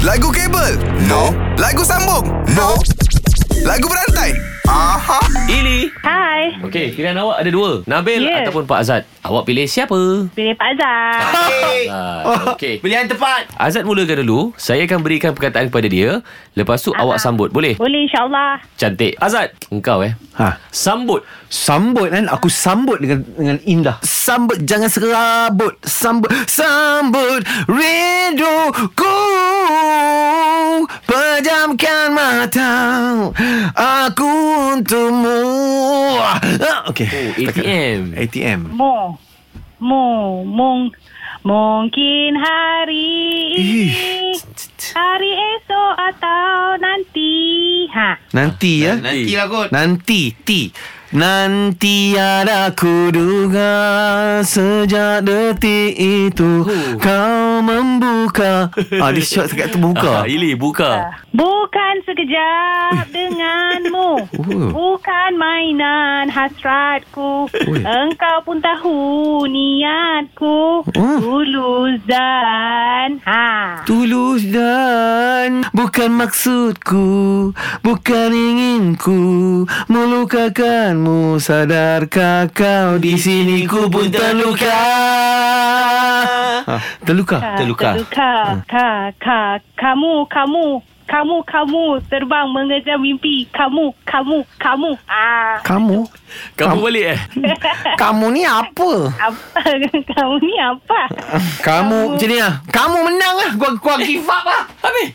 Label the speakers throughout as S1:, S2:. S1: Lagu kabel? No. Lagu sambung? No. Lagu berantai? Aha.
S2: Ili.
S3: Hai,
S2: Okey, pilihan awak ada dua. Nabil
S3: Ya.
S2: ataupun Pak Azad. Awak pilih siapa?
S3: pilih Pak Azhar.
S2: Ah, Okey.
S4: Oh, Pilihan tepat.
S2: Azad mulakan dulu. Saya akan berikan perkataan kepada dia. Lepas tu awak sambut. Boleh?
S3: Boleh insyaAllah.
S2: Cantik. Azad, engkau eh.
S4: Ha.
S2: Sambut.
S4: Sambut kan Aku sambut dengan dengan indah Sambut Jangan serabut Sambut Sambut Rinduku Pejamkan mata Aku untukmu ah, Okay
S2: Oh, ATM.
S4: ATM
S3: Mo. Mo. Mung. Mungkin hari ini, hari esok atau nanti. Ha.
S4: Nanti ya
S5: Nanti lah kot
S4: Nanti T Nanti ada ku duga Sejak detik itu
S2: Oh.
S4: Kau membuka Ah, dia shot dekat
S2: Ah,
S4: tu buka
S2: Ili,
S3: Ah.
S2: buka.
S3: Bukan sekejap denganmu
S4: Oh.
S3: Bukan mainan hasratku
S4: Ui.
S3: Engkau pun tahu niatku
S4: Oh.
S3: Tulus dan ha.
S4: Tulus dan bukan maksudku Bukan inginku Melukakanmu Sadarkah kau di sini ku pun terluka ha, Terluka?
S3: Ka- Ah, Terluka ka, ka, Kamu, kamu kamu, kamu terbang mengejar mimpi. Kamu, kamu, kamu. Ah,
S4: Kamu?
S2: Kamu balik eh.
S4: Kamu ni apa?
S3: apa? kamu ni apa?
S4: Kamu macam ni lah Kamu menang lah Gua, gua give up lah
S2: Habis.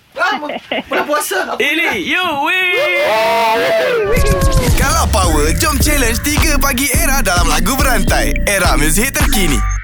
S4: Bulan puasa
S2: Ili, you win.
S1: Kalau power, jom challenge 3 pagi era dalam lagu berantai. Era muzik terkini.